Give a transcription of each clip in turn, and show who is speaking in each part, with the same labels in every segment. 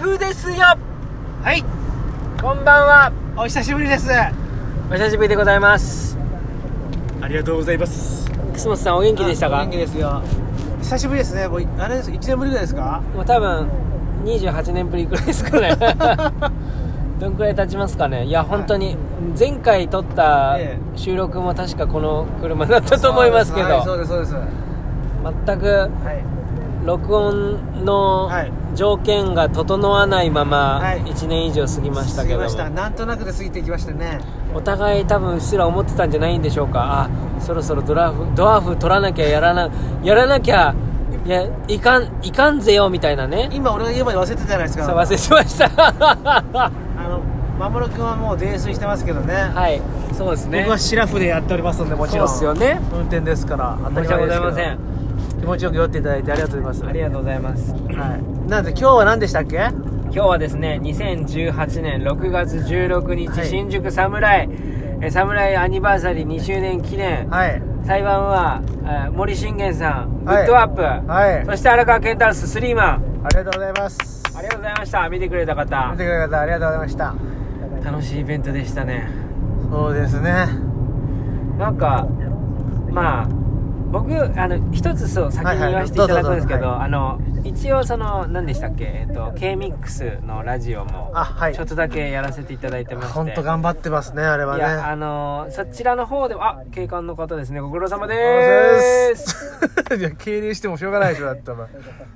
Speaker 1: ふですよ
Speaker 2: はい、
Speaker 1: こんばんは
Speaker 2: お久しぶりです。あ
Speaker 1: お久しぶりでございます
Speaker 2: りがとうございます。
Speaker 1: 楠本さんお元気でしたか
Speaker 2: 元気ですよ。久しぶりですね。もういあれです。一年ぶりぐらいですか？
Speaker 1: もう多分28年ぶりくらいですか ねどんくらい経ちますかねいや本当に前回撮った
Speaker 2: え
Speaker 1: 収録も確かこの車だったと思いますけど、
Speaker 2: はい、そうですそうです。は
Speaker 1: 全く
Speaker 2: い。
Speaker 1: 録音の
Speaker 2: はい
Speaker 1: 条件が整わないまま
Speaker 2: はい
Speaker 1: 1年以上過ぎましたけど
Speaker 2: 過
Speaker 1: も、
Speaker 2: ぎました。なんとなくで過ぎていきましたね。
Speaker 1: お互い多分うっすら思ってたんじゃないんでしょうかあそろそろドラフドワーフ取らなきゃやらなやらなきゃいやいかんいかんぜよみたいなね
Speaker 2: 今俺が言うまで忘れてたじゃないです
Speaker 1: さ
Speaker 2: か。
Speaker 1: 忘れてました
Speaker 2: あのマモル君はもう泥酔してますけどね。
Speaker 1: はいそうですね
Speaker 2: 僕はシラフでやっておりますのでもちろん。
Speaker 1: そうですよね。
Speaker 2: 運転ですから当た
Speaker 1: 申
Speaker 2: り
Speaker 1: し訳
Speaker 2: 前
Speaker 1: ご
Speaker 2: で
Speaker 1: ざ
Speaker 2: す
Speaker 1: い
Speaker 2: けど
Speaker 1: ません
Speaker 2: 気持ちよく酔っていただいてありがとうございます。
Speaker 1: ありがとうございます
Speaker 2: はい。なんで今日は何でしたっけ？
Speaker 1: 今日はですね2018年6月16日、
Speaker 2: はい
Speaker 1: 新宿侍え侍アニバーサリー2周年記念、
Speaker 2: はい。
Speaker 1: 裁判はえー森信玄さんグ
Speaker 2: はい
Speaker 1: ッドアップ、
Speaker 2: はい
Speaker 1: そして荒川健太郎ススリーマン
Speaker 2: ありがとうございます。
Speaker 1: ありがとうございました見てくれた方
Speaker 2: 見てくれた方ありがとうございました。
Speaker 1: 楽しいイベントでしたね
Speaker 2: そうですね。
Speaker 1: なんかまあ僕あの一つそう先に言わせていただくんですけど、
Speaker 2: は
Speaker 1: あの一応その何でしたっけえっと K ミックスのラジオも
Speaker 2: あはい
Speaker 1: ちょっとだけやらせていただいてまして、
Speaker 2: 本当頑張ってますね、あれはいね。
Speaker 1: やあのそちらの方でもあ警官の方ですねご苦労様で
Speaker 2: で
Speaker 1: ーす
Speaker 2: す。いや、敬礼してもしょうがないでしょ、だってお 前。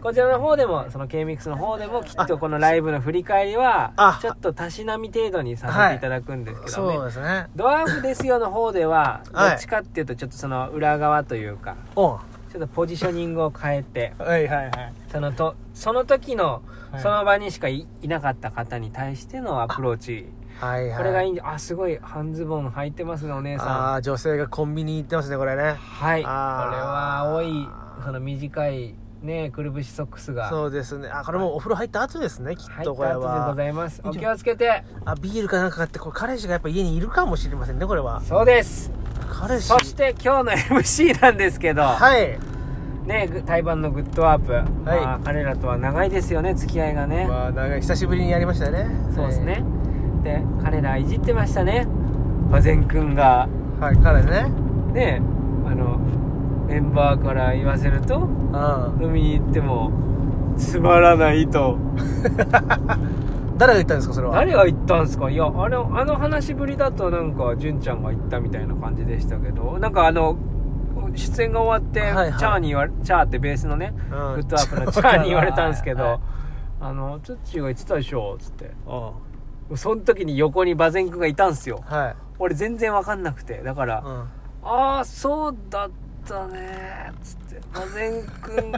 Speaker 1: こちらの方でもその K ミックスの方でもきっとこのライブの振り返りは
Speaker 2: あ
Speaker 1: ちょっとたしなみ程度にさせていただくんですけどね、
Speaker 2: そうですね。
Speaker 1: ドワーフですよの方では、ど
Speaker 2: はい
Speaker 1: っちかっていうとちょっとその裏側というか、
Speaker 2: おん。
Speaker 1: ちょっとポジショニングを変えて、
Speaker 2: はいはいはい。
Speaker 1: そのと、その時の
Speaker 2: はい
Speaker 1: その場にしかい,、なかった方に対してのアプローチ。
Speaker 2: はいはい。
Speaker 1: これがいいんで、あ、すごい半ズボン履いてますね、お姉
Speaker 2: あ
Speaker 1: さん。
Speaker 2: あ、女性がコンビニ行ってますね、これね。
Speaker 1: はい。これ
Speaker 2: あー
Speaker 1: は多い、その短いね、くるぶしソックスが。
Speaker 2: そうですね。あ、これもうお風呂入った後ですね、きっ
Speaker 1: 入
Speaker 2: と
Speaker 1: っ
Speaker 2: これ
Speaker 1: た後でご
Speaker 2: は。
Speaker 1: ざいます。お気をつけて。
Speaker 2: あ、ビールかなんか買って、これ彼氏がやっぱ家にいるかもしれませんね、これは。
Speaker 1: そうです。
Speaker 2: 彼氏。
Speaker 1: そして今日の MC なんですけど、
Speaker 2: はい。
Speaker 1: ね、ぐ対バンのグッドワープ、まあ彼らとは長いですよね付き合いがね、
Speaker 2: まあ、長い、久しぶりにやりましたね。
Speaker 1: そうですね、で彼らいじってましたね和善くんが
Speaker 2: はい。はい、彼ね。
Speaker 1: ねあのメンバーから言わせると
Speaker 2: う
Speaker 1: 飲みに行ってもつまらないと
Speaker 2: ん。誰が言ったんですか、それは。
Speaker 1: 誰が言ったんですかいやあのあの話ぶりだとなんか純ちゃんが言ったみたいな感じでしたけどなんかあの出演が終わって、
Speaker 2: はいはい
Speaker 1: チャーに言われチャーってベースのね
Speaker 2: う
Speaker 1: グ
Speaker 2: ん
Speaker 1: ッドアップのチャーに言われたんですけど、
Speaker 2: はいはい
Speaker 1: あのツッチーが言ってたでしょっつって
Speaker 2: うん。
Speaker 1: その時に横にバゼン君がいたんすよ
Speaker 2: はい。
Speaker 1: 俺全然わかんなくてだから、
Speaker 2: うん。
Speaker 1: ああそうだったねーっつって「マゼン君ごめん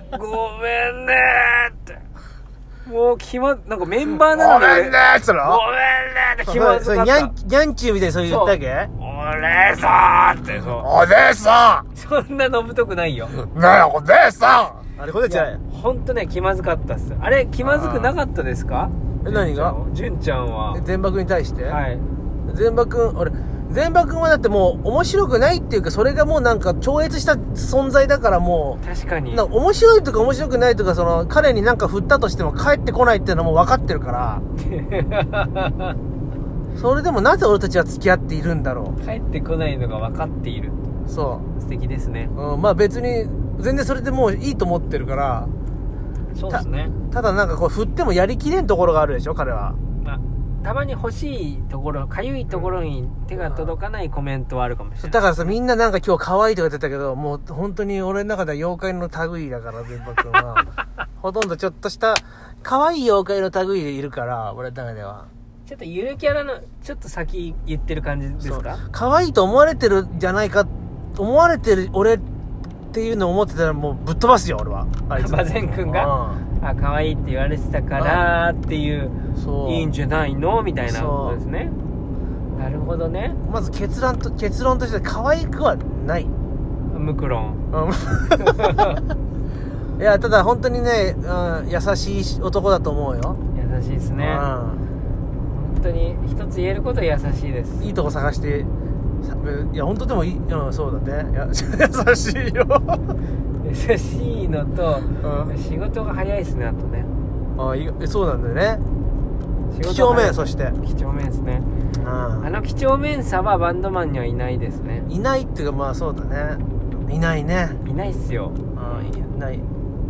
Speaker 1: ねー」ってもう気まなんかメンバーなのに俺
Speaker 2: ーっつった
Speaker 1: ごめんねーって気まずか
Speaker 2: そ
Speaker 1: った
Speaker 2: れそれニャンニャンチューみたいにそう言ったわけ
Speaker 1: 俺さーってそ
Speaker 2: おでさ
Speaker 1: うそんなのぶとくないよ
Speaker 2: んねえおでさんあれこれじゃない
Speaker 1: ほんとね気まずかったっすあれ気まずくなかったですか
Speaker 2: え何が
Speaker 1: 純ちゃんは
Speaker 2: 全馬くんに対して
Speaker 1: はい
Speaker 2: 全馬くん俺全馬くんはだってもう面白くないっていうかそれがもうなんか超越した存在だからも
Speaker 1: 確か
Speaker 2: う
Speaker 1: に
Speaker 2: なんか面白いとか面白くないとかその彼になんか振ったとしても帰ってこないっていうのはもう分かって るからそれでもなぜ俺たちは付き合っているんだろ
Speaker 1: 帰ってこないのが分かっている
Speaker 2: うそ
Speaker 1: 素敵ですね
Speaker 2: う、うん、まあ別に全然それでもういいと思ってるから
Speaker 1: そう
Speaker 2: う
Speaker 1: で
Speaker 2: ですす
Speaker 1: ね
Speaker 2: ただなんかこう振ってもやりきれんところがあるでしょ彼は
Speaker 1: まあ、たまに欲しいところかゆいところに手が届かないコメントはあるかもしれ
Speaker 2: だ
Speaker 1: ない
Speaker 2: からさみんななんか今日可愛いとか言ってたけどもう本当に俺の中では妖怪の類だから全馬く んはほとんどちょっとした可愛い妖怪の類でいるから俺の中では
Speaker 1: ちょっとゆるキャラのちょっと先言ってる感じですか
Speaker 2: そう可愛いと思われてるんじゃないか思われてる俺っていうのを思ってたらもうぶっ飛ばすよ俺はあいつ
Speaker 1: 馬前くんが
Speaker 2: うん
Speaker 1: あ可愛いって言われてたからっていう
Speaker 2: そう
Speaker 1: いいんじゃないのみたいなことですねなるほどね
Speaker 2: まず結論と結論として可愛くは ない
Speaker 1: ムクロ ン
Speaker 2: うんいやただ本当にね、うん、優しい男だと思うよ、
Speaker 1: 優しいですね本当に一つ言えることは優しいです
Speaker 2: うん、いいとこ探してさいや本当でもいい、うん、そうだねいや優しいよ
Speaker 1: 優しいのと
Speaker 2: う
Speaker 1: 仕事が早いですねあとね
Speaker 2: んあいそうなんだよね几帳面そして、
Speaker 1: 几帳面ですね
Speaker 2: う
Speaker 1: あ
Speaker 2: ん、
Speaker 1: の几帳面さはバンドマンにはいないですね
Speaker 2: いないっていうかまあそうだねいないね
Speaker 1: いないっすよ
Speaker 2: うんいない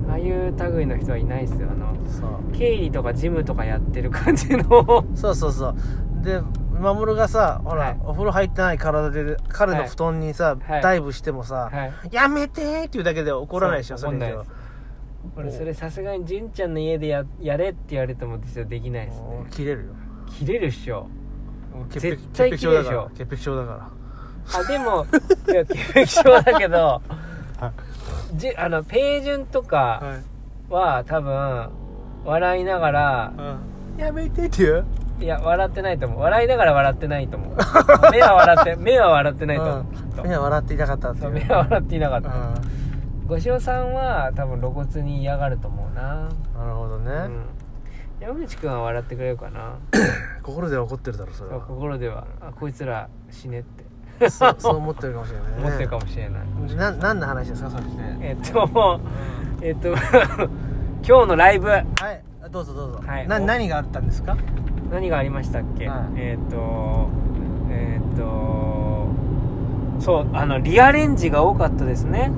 Speaker 1: ああいう類の人はいないっすよあの
Speaker 2: そう
Speaker 1: 経理とか事務とかやってる感じの
Speaker 2: そうそうそうで守がさほら、
Speaker 1: はい
Speaker 2: お風呂入ってない体で彼の
Speaker 1: はい
Speaker 2: 布団にさ、
Speaker 1: はい
Speaker 2: ダイブしてもさ、
Speaker 1: はい
Speaker 2: やめてーって言うだけで怒らないでしょ
Speaker 1: そ
Speaker 2: そうれ以上
Speaker 1: 怒ん俺それさすがに純ちゃんの家でややれって言われても私はできないです
Speaker 2: も
Speaker 1: ね
Speaker 2: う切れるよ
Speaker 1: 切れるっしょ
Speaker 2: もう
Speaker 1: 絶
Speaker 2: 潔
Speaker 1: 対
Speaker 2: 癖症だ
Speaker 1: 切
Speaker 2: か
Speaker 1: れる
Speaker 2: ら
Speaker 1: でし
Speaker 2: 潔癖症だか
Speaker 1: あでもいや潔癖症だけど
Speaker 2: は
Speaker 1: じゅあのページュンと
Speaker 2: ら
Speaker 1: か
Speaker 2: はい、
Speaker 1: は多分笑いながら
Speaker 2: やめてって言う
Speaker 1: いや笑ってないと思う笑いながら笑ってないと思う目は笑 って目は笑ってないと思う、きっと
Speaker 2: 目は笑っていなかったってい
Speaker 1: そうう目は笑っていなか
Speaker 2: う
Speaker 1: っ
Speaker 2: ん
Speaker 1: た、ごしおさんは多分露骨に嫌がると思うな、
Speaker 2: なるほどね、
Speaker 1: うん、山口くんは笑ってくれるかな
Speaker 2: 心では怒ってるだろそれ
Speaker 1: そう
Speaker 2: は
Speaker 1: 心ではあこいつら死ねって
Speaker 2: そうそう思ってるかもしれないね
Speaker 1: 思ってるかもしれない、
Speaker 2: な何の話ですかそれして
Speaker 1: えっともうえっと 今日のライブ
Speaker 2: はいどうぞどうぞ、
Speaker 1: はい
Speaker 2: な
Speaker 1: お
Speaker 2: 何があったんですか
Speaker 1: 何がありましたっけ、
Speaker 2: はい
Speaker 1: えっとえっとそうあのリアレンジが多かったです ね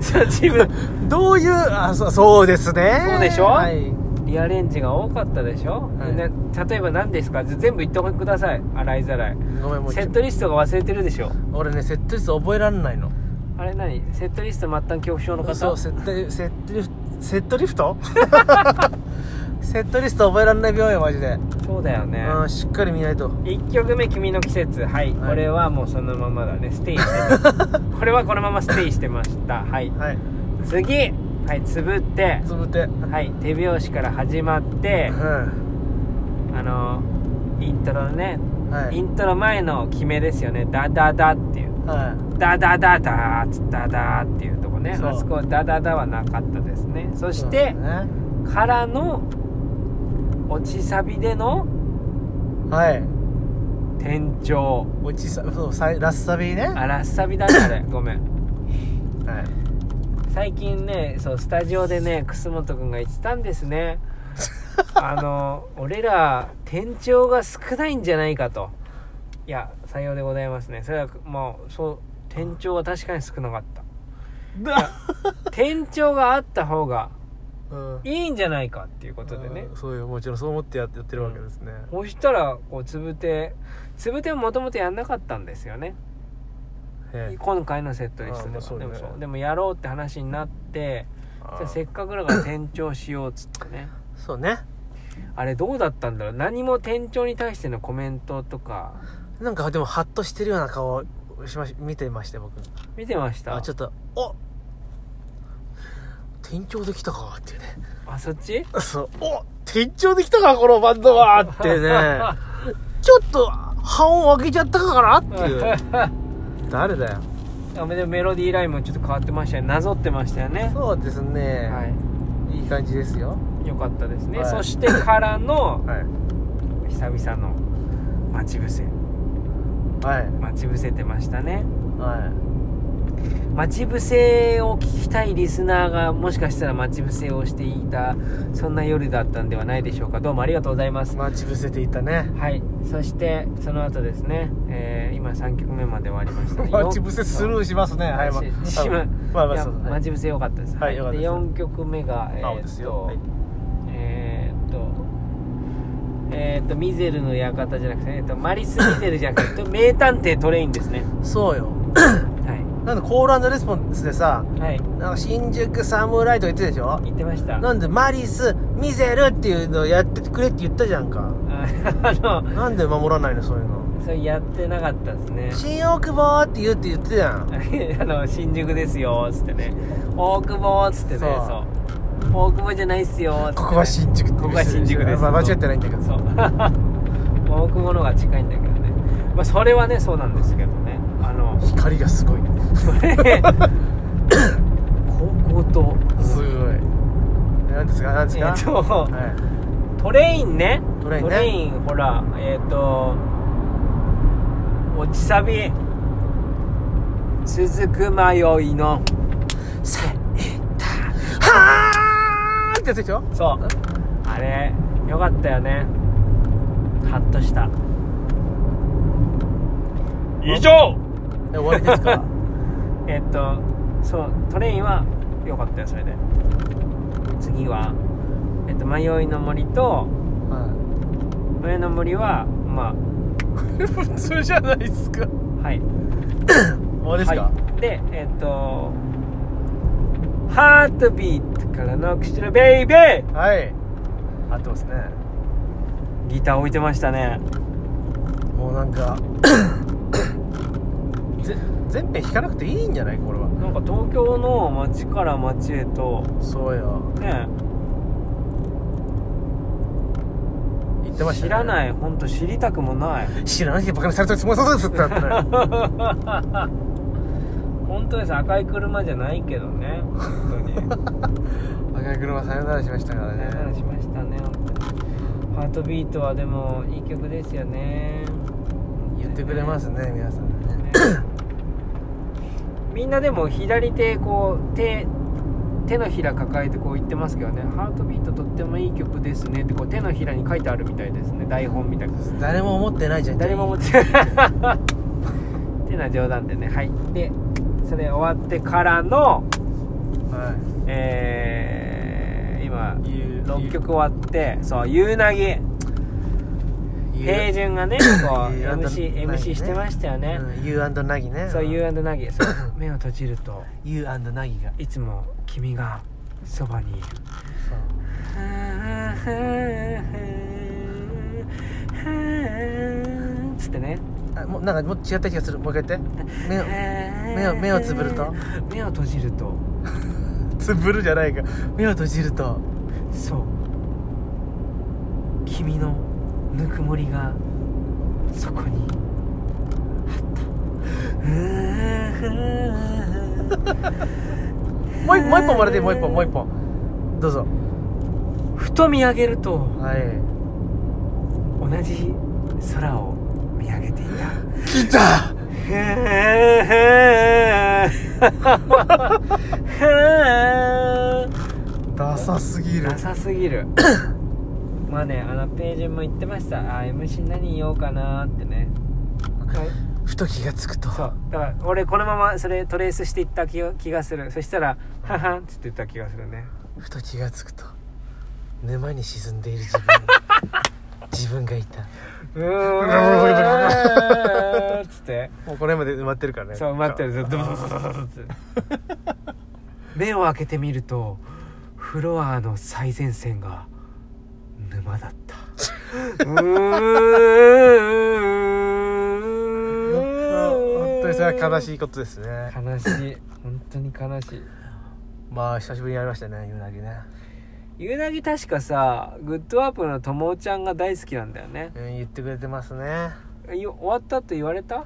Speaker 1: そう自分
Speaker 2: どういうあそうそうですね
Speaker 1: そうでしょ
Speaker 2: はい
Speaker 1: リアレンジが多かったでしょ、
Speaker 2: はい
Speaker 1: ね例えば何ですかぜ全部言ってください洗いざらい
Speaker 2: ごめんもう
Speaker 1: セットリストが忘れてるでしょ
Speaker 2: 俺ねセットリスト覚えられないの
Speaker 1: あれ何セットリスト末端恐怖症の方
Speaker 2: そうセットセットリフセットリ フトセットリスト覚えられない病院マジで、
Speaker 1: そうだよね、
Speaker 2: うん、しっかり見ないと
Speaker 1: 1曲目「君の季節」はい、
Speaker 2: はい
Speaker 1: これはもうそのままだねステイして たこれはこのままステイしてましたはい
Speaker 2: はい
Speaker 1: 次はいつぶって
Speaker 2: つぶて
Speaker 1: はい手拍子から始まって
Speaker 2: う
Speaker 1: あのイントロのね、
Speaker 2: んは
Speaker 1: イ
Speaker 2: い
Speaker 1: ントロ前の決めですよねダダダっていう
Speaker 2: は
Speaker 1: ダダダダーつダダーっていうとこね
Speaker 2: そう
Speaker 1: あそこダダダはなかったですねそ
Speaker 2: い
Speaker 1: して
Speaker 2: そうだね
Speaker 1: からの落ちサビでの
Speaker 2: はい
Speaker 1: 転調
Speaker 2: おちさそうさいラスサビね
Speaker 1: あラッサビだねあれごめん
Speaker 2: はい
Speaker 1: 最近ねそうスタジオでね楠本君が言ってたんです ねあの俺ら転調が少ないんじゃないかといやさようでございますねそれはもうそう転調は確かに少なかった転調があった方が
Speaker 2: うん
Speaker 1: いいんじゃないかっていうことでね
Speaker 2: うんそうよもちろんそう思ってやってやってるわけですね、
Speaker 1: そしたらこうつぶてつぶてももともとやんなかったんですよね
Speaker 2: ええ
Speaker 1: 今回のセットリストで
Speaker 2: あまあそう
Speaker 1: は
Speaker 2: だ
Speaker 1: で
Speaker 2: よ
Speaker 1: も
Speaker 2: ね
Speaker 1: そうでもやろうって話になってじゃあせっかくだから転調しようっつってね
Speaker 2: そうね
Speaker 1: あれどうだったんだろう何も店長に対してのコメントとか
Speaker 2: なんかでもハッとしてるような顔をしまし見てまして僕
Speaker 1: 見てました
Speaker 2: あちょっとお転調できたかっていうね
Speaker 1: あそっち
Speaker 2: そうお転調できたかこのバンドはってね ちょっと半音開けちゃったかなっていう誰だよ
Speaker 1: あでもメロディーラインもちょっと変わってましたよなぞってましたよね
Speaker 2: そうですね、、
Speaker 1: はい
Speaker 2: い感じですよ
Speaker 1: いよかったですね、
Speaker 2: はい
Speaker 1: そしてからの
Speaker 2: はい
Speaker 1: 久々の待ち伏せ
Speaker 2: はい
Speaker 1: 待ち伏せてましたね
Speaker 2: は
Speaker 1: 待ち伏せを聞きたいリスナーがもしかしたら待ち伏せをしていたそんな夜だったんではないでしょうかどうもありがとうございます
Speaker 2: い待ち伏せていたね
Speaker 1: はいそしてその後ですね、えー今3曲目まで終わりました
Speaker 2: 待ち伏せスルーしますねはいま
Speaker 1: ししま
Speaker 2: あまあまあ
Speaker 1: いや
Speaker 2: そうはい
Speaker 1: 待ち伏せ良かったです、
Speaker 2: はい良かったです
Speaker 1: 4曲目がえ
Speaker 2: 青
Speaker 1: ー
Speaker 2: で
Speaker 1: っ
Speaker 2: す
Speaker 1: と、
Speaker 2: よはい
Speaker 1: えーっとえーっとミゼルの館じゃなくて、えーっとマリス・ミゼルじゃなくて名探偵トレインですね
Speaker 2: そうよ
Speaker 1: は
Speaker 2: なんでコールレスポンスでさ
Speaker 1: い、はい、
Speaker 2: なんか新宿侍とか言ってたでしょ
Speaker 1: 言ってました
Speaker 2: なんでマリスミゼルっていうのをやってくれって言ったじゃんか
Speaker 1: ああの
Speaker 2: なんで守らないのそういうの
Speaker 1: それやってなかったですね
Speaker 2: 新大久保って言うって言ってたやん
Speaker 1: あの新宿ですよつってね大久保つってね
Speaker 2: そ
Speaker 1: そうう大久保じゃないっすよつってね、
Speaker 2: ここは新宿って
Speaker 1: ここは新宿です
Speaker 2: まあ間違ってないんだけど
Speaker 1: そう まあ大久保の方が近いんだけどね、まあ、それはねそうなんですけどねあの
Speaker 2: 光がすごい
Speaker 1: そ れ高校と
Speaker 2: すごい何ですか何です
Speaker 1: え
Speaker 2: か
Speaker 1: っと
Speaker 2: はい
Speaker 1: トレインね
Speaker 2: トレインね
Speaker 1: ほらえっ、と落ちサビ続く迷いの
Speaker 2: せいたはーってやつでしょ
Speaker 1: そうあれよかったよねハッとした
Speaker 2: 以
Speaker 1: 上
Speaker 2: え終わりですか
Speaker 1: えっとそうトレインはよかったよそれで次は、えっと、迷いの森と
Speaker 2: は
Speaker 1: 迷いの森はま
Speaker 2: い普通じゃないですか終
Speaker 1: あはい
Speaker 2: わりですか、
Speaker 1: はい、でえっと「ハートビートからの口のベイベー
Speaker 2: はい。合ってますね。」
Speaker 1: ギター置いてましたね
Speaker 2: もうなんか ぜ全編弾かなくていいんじゃないこれは。
Speaker 1: なんか東京の街から街へと
Speaker 2: そうよ。
Speaker 1: ね
Speaker 2: 言ってま
Speaker 1: 知
Speaker 2: した、ね。。
Speaker 1: らないいほんと知りたくもない
Speaker 2: 知らない人ばかにされてるつもりそうですってなってね
Speaker 1: 本当です赤い車じゃないけどね本 当に
Speaker 2: 赤い車さよならしましたから
Speaker 1: さよなら
Speaker 2: ね。
Speaker 1: しましたね本当にハートビートはでもいい曲ですよね
Speaker 2: 言ってくれますね、皆さんね。
Speaker 1: ねみんなでも左手こう手手のひら抱えてこう言ってますけどね「ハートビートとってもいい曲ですね」ってこう手のひらに書いてあるみたいですね台本みたいな
Speaker 2: 誰も思ってないじゃん。
Speaker 1: 誰も思
Speaker 2: っ
Speaker 1: ってないってな冗談でねはいでそれ終わってからの
Speaker 2: てない。は
Speaker 1: えー、今
Speaker 2: い。
Speaker 1: 6曲終わってそう夕凪
Speaker 2: 言う。
Speaker 1: 平順がねこう
Speaker 2: 言
Speaker 1: MC,
Speaker 2: うなんだ
Speaker 1: MC してましたよね、
Speaker 2: うん、You and ナギね。
Speaker 1: そう You and 凪そう 目を閉じると
Speaker 2: You and ナギが。
Speaker 1: いつも君がそば にいる
Speaker 2: そう
Speaker 1: つってね
Speaker 2: あもうなんかもう違った気がする。もう一 回言って。目を
Speaker 1: 目
Speaker 2: を目をつぶると
Speaker 1: 目を閉じると
Speaker 2: つぶるじゃないか。目を閉じると。
Speaker 1: そう君のぬくもりがそこにあった
Speaker 2: もう一もう一本もらっていいもう一本もう一本どうぞ
Speaker 1: ふと見上げると
Speaker 2: はい
Speaker 1: 同じ空を見上げていた
Speaker 2: 来たダサすぎる
Speaker 1: なさすぎるまあねあのページも言ってましたあー MC 何言おうかなーってね
Speaker 2: ふと気がつくと
Speaker 1: そうだから俺このままそれトレースしていった気が気がするそしたら「ははん」っつって言った気がするね
Speaker 2: ふと気がつくと沼に沈んでいる自分 自分がいた
Speaker 1: うーんっつって
Speaker 2: もうこれまで埋まってるからね
Speaker 1: そう待ってるずっと目を開けてみるとフロアの最前線が沼だったう
Speaker 2: あ本当にそれは悲
Speaker 1: い
Speaker 2: しいことですね
Speaker 1: 悲しい本当に悲しい
Speaker 2: まあ久しぶりにやりましたねうなぎね、
Speaker 1: ゆうなぎ確かさグッドアップのともおちゃんが大好きなんだよね
Speaker 2: うん、言ってくれてますね
Speaker 1: い終わったって言われた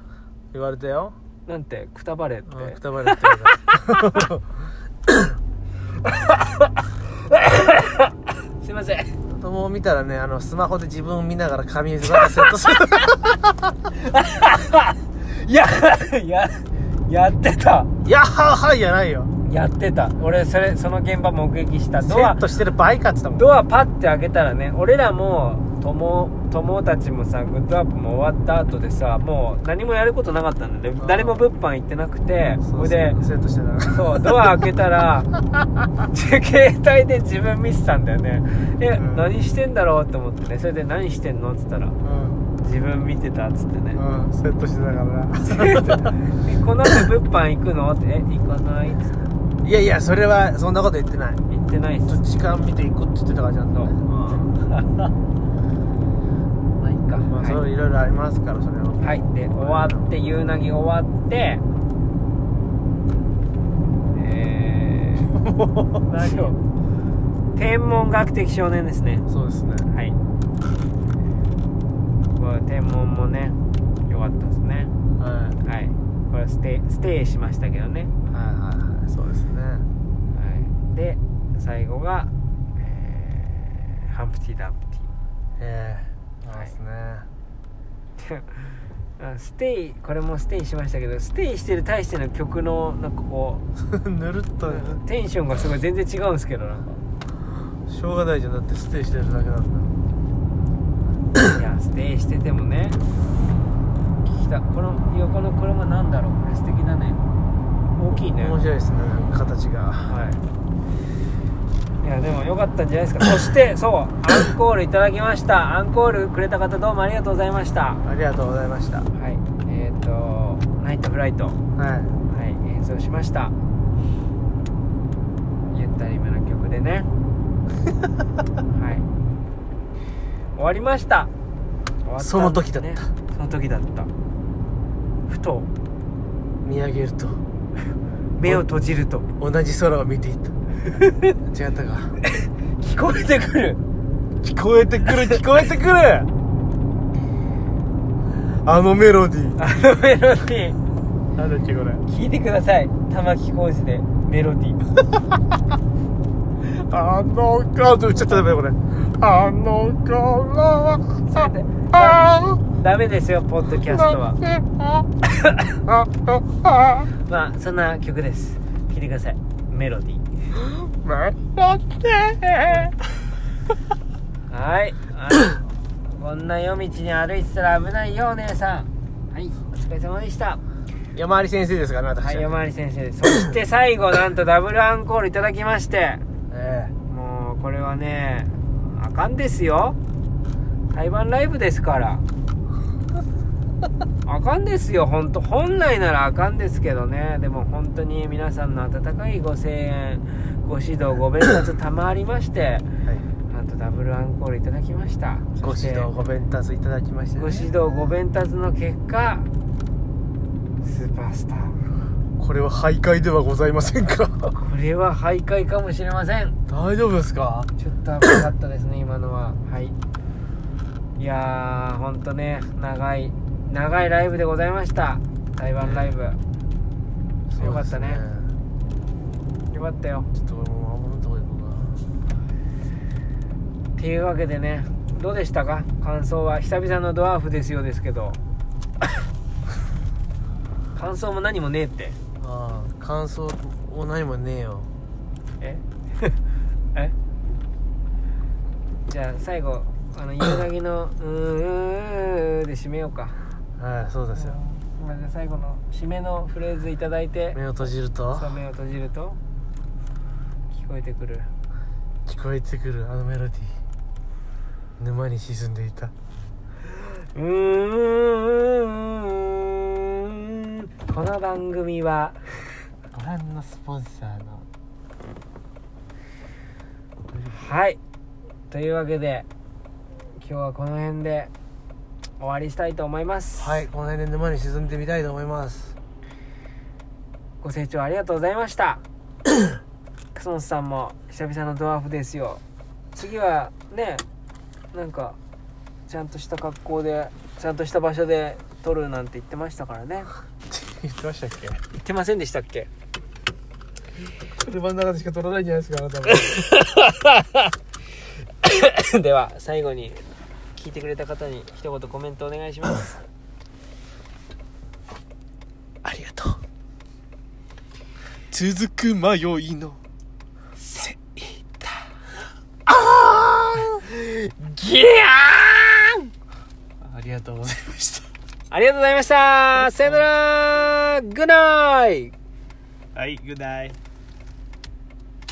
Speaker 2: 言われたよ
Speaker 1: なんてくたばれって
Speaker 2: うんくたばれって言われた
Speaker 1: すいません
Speaker 2: 子供を見たらねあのスマホで自分を見ながら髪ずばセット する
Speaker 1: いや ややってた
Speaker 2: やっはーはーじゃないよ
Speaker 1: やってた俺それその現場目撃した
Speaker 2: セ
Speaker 1: ドア
Speaker 2: ットしてる場合かっつったもん
Speaker 1: ドアパッて開けたらね俺らも友友たちもさグッドアップも終わった後でさもう何もやることなかったんだよね
Speaker 2: うん
Speaker 1: 誰も物販行ってなくて
Speaker 2: そう
Speaker 1: それで
Speaker 2: セットしてた
Speaker 1: そうドア開けた ら携帯で自分見てたんだよねえ、
Speaker 2: うん
Speaker 1: 何してんだろうと思ってねそれで「何してんの?」っつったら
Speaker 2: うん
Speaker 1: 「自分見てた」っつって ね
Speaker 2: うんセットしてたからな
Speaker 1: 「えこの後物販行くの?」って「え行かない?」っつって
Speaker 2: いやいやそれはそんなこと言ってないち
Speaker 1: 行ってないっ
Speaker 2: ょ
Speaker 1: す
Speaker 2: っと時間見ていくって言ってたからちゃん
Speaker 1: そ
Speaker 2: と
Speaker 1: う、
Speaker 2: ね
Speaker 1: まあいいか、
Speaker 2: まあそ
Speaker 1: は、
Speaker 2: れいろいろありますからそれはい
Speaker 1: はい、で終わって夕凪終わってえー 何を天文学的少年ですね
Speaker 2: そうですね
Speaker 1: はいこれ天文もね良かったですね
Speaker 2: はい
Speaker 1: はいこれステイステイしましたけどね
Speaker 2: はいはいはいそうですね
Speaker 1: はいで最後が、えーハンプティ・ダンプティ
Speaker 2: ええ
Speaker 1: はい
Speaker 2: そうですね
Speaker 1: あ ステイこれもステイしましたけどステイしてる対しての曲のなんかこ
Speaker 2: ぬるっ
Speaker 1: う、
Speaker 2: と
Speaker 1: テンションがすごい全然違うんですけどなんか
Speaker 2: しょうがないじゃんだってステイしてるだけなんだ
Speaker 1: ステイしててもね聞きたこの横の車なんだろうこれ素敵だね大きいね
Speaker 2: 面白いですねなんか形が
Speaker 1: はいいやでも良かったんじゃないですかそ してそうアンコールいただきましたアンコールくれた方どうもありがとうございましたは
Speaker 2: ありがとうございましたはい
Speaker 1: えっ、とナイトフライト
Speaker 2: い
Speaker 1: はい、演奏しましたゆったりめの曲で ねはい終わりました終わったんですね
Speaker 2: その時だった
Speaker 1: その時だったふと
Speaker 2: 見上げると
Speaker 1: 目を閉じると
Speaker 2: 同じ空を見ていた 違ったか
Speaker 1: 聞こえてくる
Speaker 2: 聞こえてくる聞こえてくるあのメロディー
Speaker 1: あのメロディー
Speaker 2: なんだっけこれ
Speaker 1: 聞いてください玉置浩二でメロディー
Speaker 2: あのあちょっとダメだこれあの頃は
Speaker 1: それで
Speaker 2: あ
Speaker 1: ダメですよポッドキャストは
Speaker 2: は
Speaker 1: まあそんな曲です聞いてくださいメロディーはい。あのこんな夜道に歩いてたら危ないよ、お姉さん。はい。お疲れ様でした。
Speaker 2: 山あり先生ですからね私
Speaker 1: はい、
Speaker 2: は
Speaker 1: 山あり先生です。そして最後、なんとダブルアンコールいただきまして。
Speaker 2: え
Speaker 1: もう、これはね、あかんですよ。台湾ライブです から。あかんですよ、ほんと。本来ならあかんですけどね。でも本当に皆さんの温かいご声援、ご指導、ご鞭撻賜りまして、
Speaker 2: えはい
Speaker 1: なんとダブルアンコールいただきました。
Speaker 2: ご
Speaker 1: そし
Speaker 2: 指
Speaker 1: て
Speaker 2: 導ご鞭撻いただきまして、ね、
Speaker 1: ご指導ご鞭達の結果スーパースター
Speaker 2: これは徘徊ではございませんか
Speaker 1: これは徘徊かもしれません
Speaker 2: 大丈夫ですか
Speaker 1: ちょっと危なかったですね今のははいいやーほんとね長い長いライブでございました台湾ライブよかったね
Speaker 2: そうです
Speaker 1: よかったよ
Speaker 2: ちょっと俺も守るとこ行こう
Speaker 1: っていうわけでねどうでしたか感想は久々のドワーフですよですけ ど感想も何もねえって
Speaker 2: かなああ感想も何もねえよ
Speaker 1: え えじゃあ最後あの夕凪の「うーんうーんうーん」で締めようか
Speaker 2: はいそうですよ
Speaker 1: まあじゃあ最後の締めのフレーズいただいて
Speaker 2: 目を閉じると
Speaker 1: そう目を閉じると聞こえてくる
Speaker 2: 聞こえてくるあのメロディー沼に沈んでいた
Speaker 1: うーんうーんうーんこの番組は
Speaker 2: ご覧のスポンサーの
Speaker 1: はいというわけで今日はこの辺で終わりしたいと思います、
Speaker 2: はいこの辺で沼に沈んでみたいと思います
Speaker 1: ご清聴ありがとうございました クソンさんも久々のドワーフですよ次はねなんかちゃんとした格好でちゃんとした場所で撮るなんて言ってましたからね
Speaker 2: 言ってましたっけ
Speaker 1: 言ってませんでしたっけ
Speaker 2: 車の中でしか撮らないんじゃないですかあなたも
Speaker 1: では最後に聞いてくれた方に一言コメントお願いします
Speaker 2: ありがとう続く迷いのせいたあ
Speaker 1: ギャーン
Speaker 2: ありがとうございまし
Speaker 1: ありがとうございましたさよならグッナイ
Speaker 2: たはいグッダイ